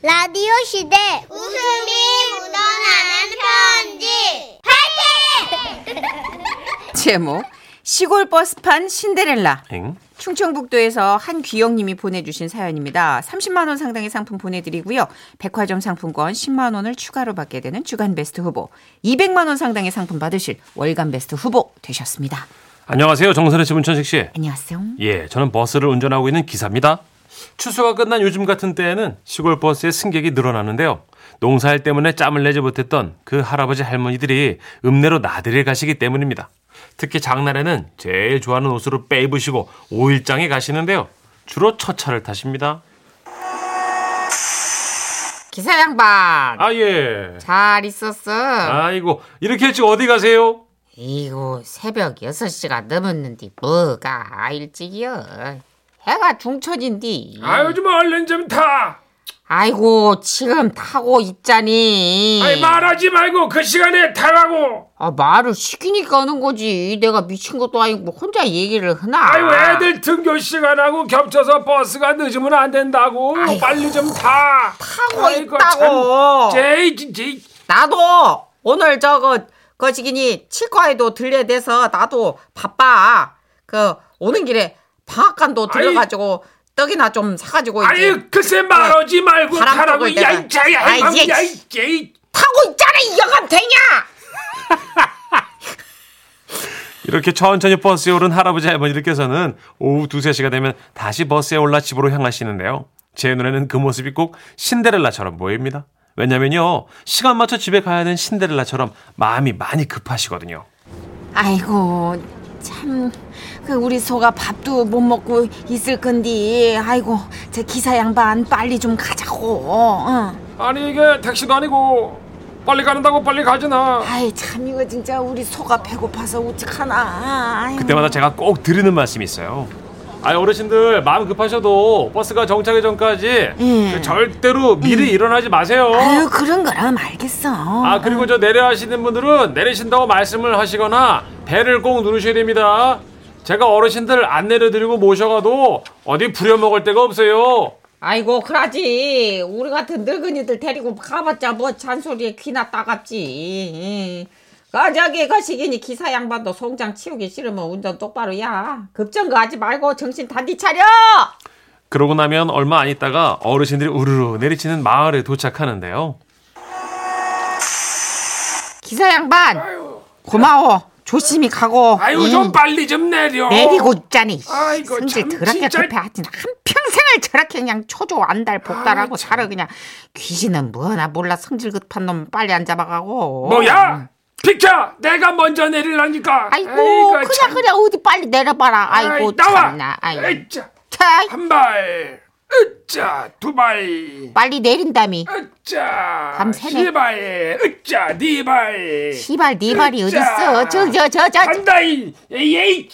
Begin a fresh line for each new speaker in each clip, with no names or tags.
라디오 시대
웃음이 묻어나는 편지.
제목 시골 버스판 신데렐라
엥?
충청북도에서 한 귀영님이 보내주신 사연입니다. 30만 원 상당의 상품 보내드리고요. 백화점 상품권 10만 원을 추가로 받게 되는 주간 베스트 후보 200만 원 상당의 상품 받으실 월간 베스트 후보 되셨습니다.
안녕하세요. 정선혜 씨, 문천식 씨.
안녕하세요.
예, 저는 버스를 운전하고 있는 기사입니다. 추수가 끝난 요즘 같은 때에는 시골 버스의 승객이 늘어나는데요. 농사일 때문에 짬을 내지 못했던 그 할아버지 할머니들이 읍내로 나들이를 가시기 때문입니다. 특히 장날에는 제일 좋아하는 옷으로 빼입으시고 오일장에 가시는데요. 주로 첫차를 타십니다.
기사 양반
아 예.
잘 있었어?
아이고 이렇게 일찍 어디 가세요?
이거 뭐, 새벽 6시가 넘었는데 뭐가 일찍이여. 해가 중천인디.
아, 요즘 얼른 좀 타.
아이고 지금 타고 있자니.
말하지 말고 그 시간에 타라고.
아, 말을 시키니까 하는 거지. 내가 미친 것도 아니고 뭐 혼자 얘기를 하나.
아유 애들 등교 시간하고 겹쳐서 버스가 늦으면 안 된다고
아이고. 어.
빨리 좀 타. 타고
있다고.
제이지
나도 오늘 저거 거시기니 치과에도 들려야 돼서 나도 바빠. 그 오는 길에 방앗간도
아이.
들려가지고 떡이나 좀 사가지고 이제
아유 글쎄 말하지 말고
네. 바람
타라고
쐬고 있다가.
야이자야
아이, 예.
야이제이.
타고 어, 있잖아 이 영감탱이야.
이렇게 천천히 버스에 오른 할아버지 할머니들께서는 오후 두세 시가 되면 다시 버스에 올라 집으로 향하시는데요. 제 눈에는 그 모습이 꼭 신데렐라처럼 보입니다. 왜냐면요 시간 맞춰 집에 가야 하는 신데렐라처럼 마음이 많이 급하시거든요.
아이고 참. 그 우리 소가 밥도 못 먹고 있을 건디. 아이고 제 기사 양반 빨리 좀 가자고. 어. 응.
아니 이게 택시도 아니고 빨리 가는다고 빨리 가지나.
아이 참 이거 진짜 우리 소가 배고파서 우직하나. 아이고.
그때마다 제가 꼭 드리는 말씀이 있어요. 아 어르신들 마음 급하셔도 버스가 정차기 전까지
예.
네.
그 절대로 미리 일어나지 마세요.
아유 그런 거라면 알겠어.
아 그리고 저 내려하시는 분들은 내리신다고 말씀을 하시거나 배를 꼭 누르셔야 됩니다. 제가 어르신들 안 내려드리고 모셔가도 어디 부려먹을 데가 없어요.
아이고 그러지. 우리 같은 늙은이들 데리고 가봤자 뭐 잔소리에 귀나 따갑지. 그 저기 거시기니 기사 양반도 송장 치우기 싫으면 운전 똑바로야. 급정거 하지 말고 정신 단디 차려.
그러고 나면 얼마 안 있다가 어르신들이 우르르 내리치는 마을에 도착하는데요.
기사 양반 고마워. 조심히 가고.
아유 좀 빨리 좀 내려.
네. 내리고 있자니.
아이고,
성질
참,
더럽게
진짜.
급해 하여튼 한 평생을 저렇게 그냥 초조 안달 복달하고 살아 그냥 귀신은 뭐나 몰라 성질 급한 놈 빨리 안 잡아가고.
뭐야? 비켜. 내가 먼저 내리라니까.
아이고,
아이고,
그냥
참.
그냥 어디 빨리 내려봐라. 아이고
아이, 나와.
참나. 아이고.
으짜.
차,
한 발. 으짜. 두 발.
빨리 내린다미.
으짜.
밤새네.
세 발. 으짜. 네 발.
시발 네 발이
진짜.
어딨어? 저 저 저저
아,
저
간다이. 예이.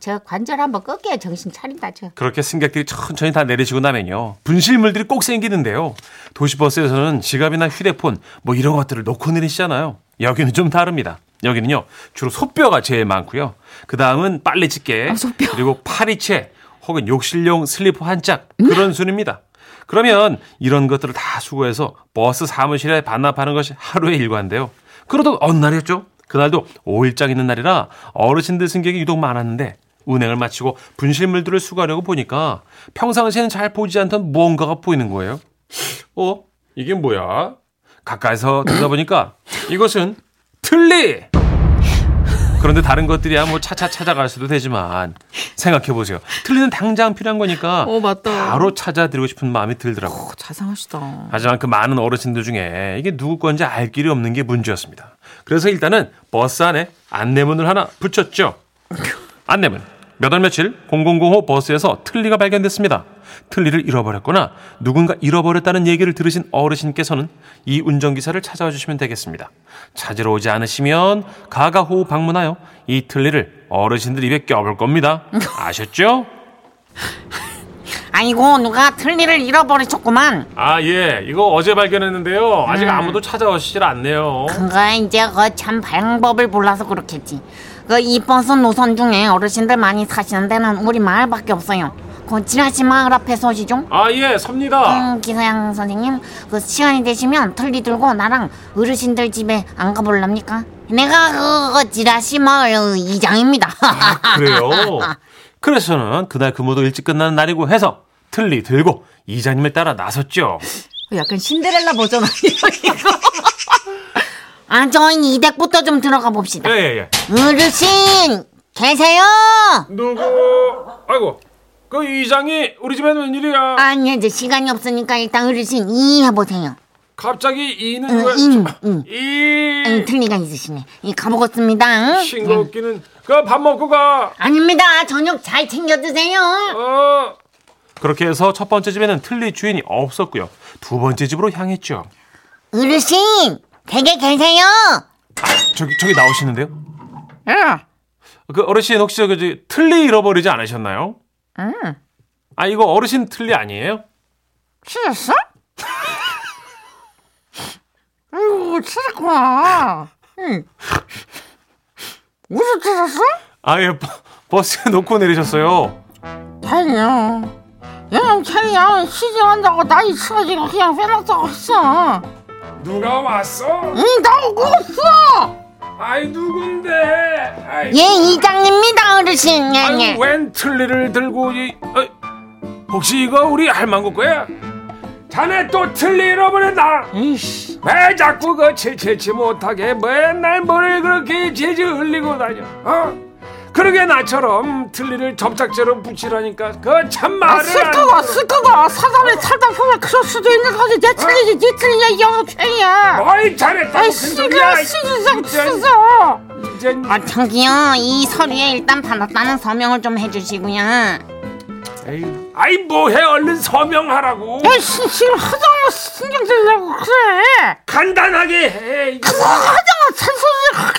저 관절 한번 꺾여 정신 차린다 저.
그렇게 승객들이 천천히 다 내리시고 나면요. 분실물들이 꼭 생기는데요. 도시버스에서는 지갑이나 휴대폰 뭐 이런 것들을 놓고 내리시잖아요. 여기는 좀 다릅니다. 여기는요. 주로 소뼈가 제일 많고요. 그다음은 빨래 집게 그리고 파리채 혹은 욕실용 슬리퍼 한 짝 그런 순입니다. 그러면 이런 것들을 다 수거해서 버스 사무실에 반납하는 것이 하루의 일과인데요. 그러던 어느 날이었죠. 그날도 5일장 있는 날이라 어르신들 승객이 유독 많았는데 운행을 마치고 분실물들을 수거하려고 보니까 평상시에는 잘 보지 않던 무언가가 보이는 거예요. 어? 이게 뭐야? 가까이서 들여다보니까 이것은 틀리! 그런데 다른 것들이야 뭐 차차 찾아갈 수도 되지만 생각해보세요. 틀리는 당장 필요한 거니까 바로 찾아드리고 싶은 마음이 들더라고요.
어,
자상하시다.
하지만 그 많은 어르신들 중에 이게 누구 건지 알 길이 없는 게 문제였습니다. 그래서 일단은 버스 안에 안내문을 하나 붙였죠. 안내문. 몇 월 며칠 0005 버스에서 틀니가 발견됐습니다. 틀니를 잃어버렸거나 누군가 잃어버렸다는 얘기를 들으신 어르신께서는 이 운전기사를 찾아와 주시면 되겠습니다. 찾으러 오지 않으시면 가가호우 방문하여 이 틀니를 어르신들 입에 껴볼 겁니다. 아셨죠?
아이고 누가 틀니를 잃어버리셨구만.
아, 예. 이거 어제 발견했는데요. 아직 아무도 찾아오시질 않네요.
그거 이제 그 참 방법을 몰라서 그렇겠지. 그 이 버스 노선 중에 어르신들 많이 사시는 데는 우리 마을밖에 없어요. 그 지라시 마을 앞에 서시 좀.
아, 예, 섭니다.
음, 기사양 선생님, 그 시간이 되시면 털리 들고 나랑 어르신들 집에 안 가볼랍니까? 내가 그거 지라시 마을 이장입니다.
그래요. 그래서 저는 그날 근무도 일찍 끝나는 날이고 해서 틀리 들고 이장님을 따라 나섰죠.
약간 신데렐라 버전 아니야?
아, 저희 이댁부터 좀 들어가 봅시다.
예, 예, 예.
어르신 계세요?
누구? 아이고, 그 이장이 우리 집에는 웬일이야?
아니 이제 시간이 없으니까 일단 어르신 이 해보세요.
갑자기 이는
응, 인, 응.
이
아니 틀리가 있으시네. 이 가보겠습니다. 응.
싱겁기는 그 밥 먹고 가.
아닙니다. 저녁 잘 챙겨 드세요.
어. 그렇게 해서 첫 번째 집에는 틀리 주인이 없었고요. 두 번째 집으로 향했죠.
어르신 댁에 계세요?
저기 저기 나오시는데요.
야,
그 어르신 혹시 저기 저 틀리 잃어버리지 않으셨나요?
응,
아 이거 어르신 틀리 아니에요?
치였어? 아이고, 치였구나. 응. 어디서 치셨어?
아예 버스에 놓고 내리셨어요.
다행이야. 얘는 걔야 시집한다고 나이 쳐가지고 그냥 빼놨다고 했어.
누가 왔어?
응, 나 오고 있어.
아이 누군데? 아이,
예 이장입니다 어르신. 예,
아유
예.
웬 틀리를 들고 이 어이, 혹시 이거 우리 할망구 거야?
자네 또 틀리 잃어버렸다.
이씨,
왜 자꾸 그 칠칠치 못하게 맨날 머리를 그렇게 재지 흘리고 다녀? 어? 그러게 나처럼 틀리를 접착제로 붙이라니까 그
아,
참말을 안
쓸거가
들어.
쓸거가 사람이 살다 보면 그럴 수도 있는 거지. 내 틀리지, 네 틀리냐 이 영어 죄야.
어이 잘했다.
아이,
무슨 소리야.
씨가 시주상
이젠-
치서.
이젠
아 저기요 이 서류에 일단 받았다는 서명을 좀 해주시고요.
아,
아이 뭐해 얼른 서명하라고
야, 씨, 지금 하정우 신경 쓰려고 그래.
간단하게 해 이거.
하정우 잔소리.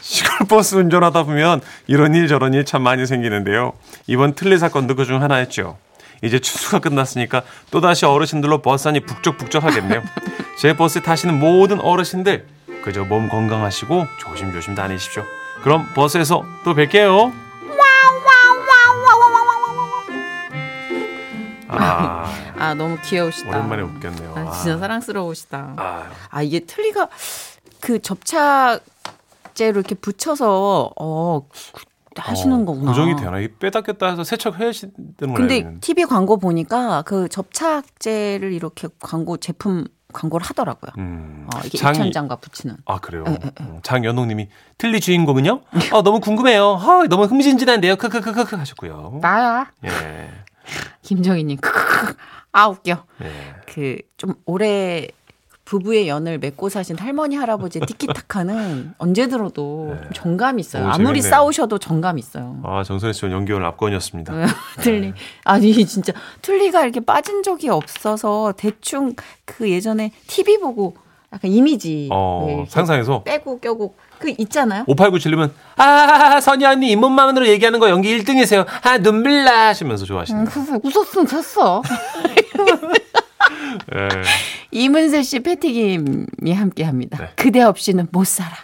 시골 버스 운전하다 보면 이런 일 저런 일 참 많이 생기는데요. 이번 틀리 사건도 그 중 하나였죠. 이제 추수가 끝났으니까 또다시 어르신들로 버스 안이 북적북적하겠네요. 제 버스 타시는 모든 어르신들 그저 몸 건강하시고 조심조심 다니십시오. 그럼 버스에서 또 뵐게요. 아
아, 너무 귀여우시다.
오랜만에 웃겼네요.
아, 진짜 사랑스러우시다.
아,
아 이게 틀리가 그 접착제로 이렇게 붙여서 어 구- 하시는
어,
거구나.
고정이 되나? 이 빼다 꼈다 해서 세척 해야 되는 거예요.
근데 TV 광고 보니까 그 접착제를 이렇게 광고 제품 광고를 하더라고요.
음,
어, 이게
장이-
입천장과 붙이는.
아 그래요. 장연옥님이 틀리 주인공은요? 아 너무 궁금해요. 아, 너무 흥미진진한데요. 크크크크크 하셨고요.
나야.
예.
김정희님. 크크크. 아 웃겨.
예.
그 좀 오래 부부의 연을 맺고 사신 할머니 할아버지 의 티키타카는 언제 들어도 좀 정감 있어요.
오,
아무리
네. 재밌네요.
싸우셔도 정감 있어요.
아 정선혜 씨는 연기원 압권이었습니다.
네. 툴리 아니 진짜 툴리가 이렇게 빠진 적이 없어서 대충 그 예전에 TV 보고 약간 이미지
어
네,
상상해서
빼고 껴고 그 있잖아요.
5897님은 아 선희 언니 잇몸만으로 얘기하는 거 연기 1등이세요. 아 눈물 나 하시면서 좋아하시는.
그래서 웃었으면 됐어.
예.
이문세 씨 패티김이 함께합니다.
네.
그대 없이는 못 살아.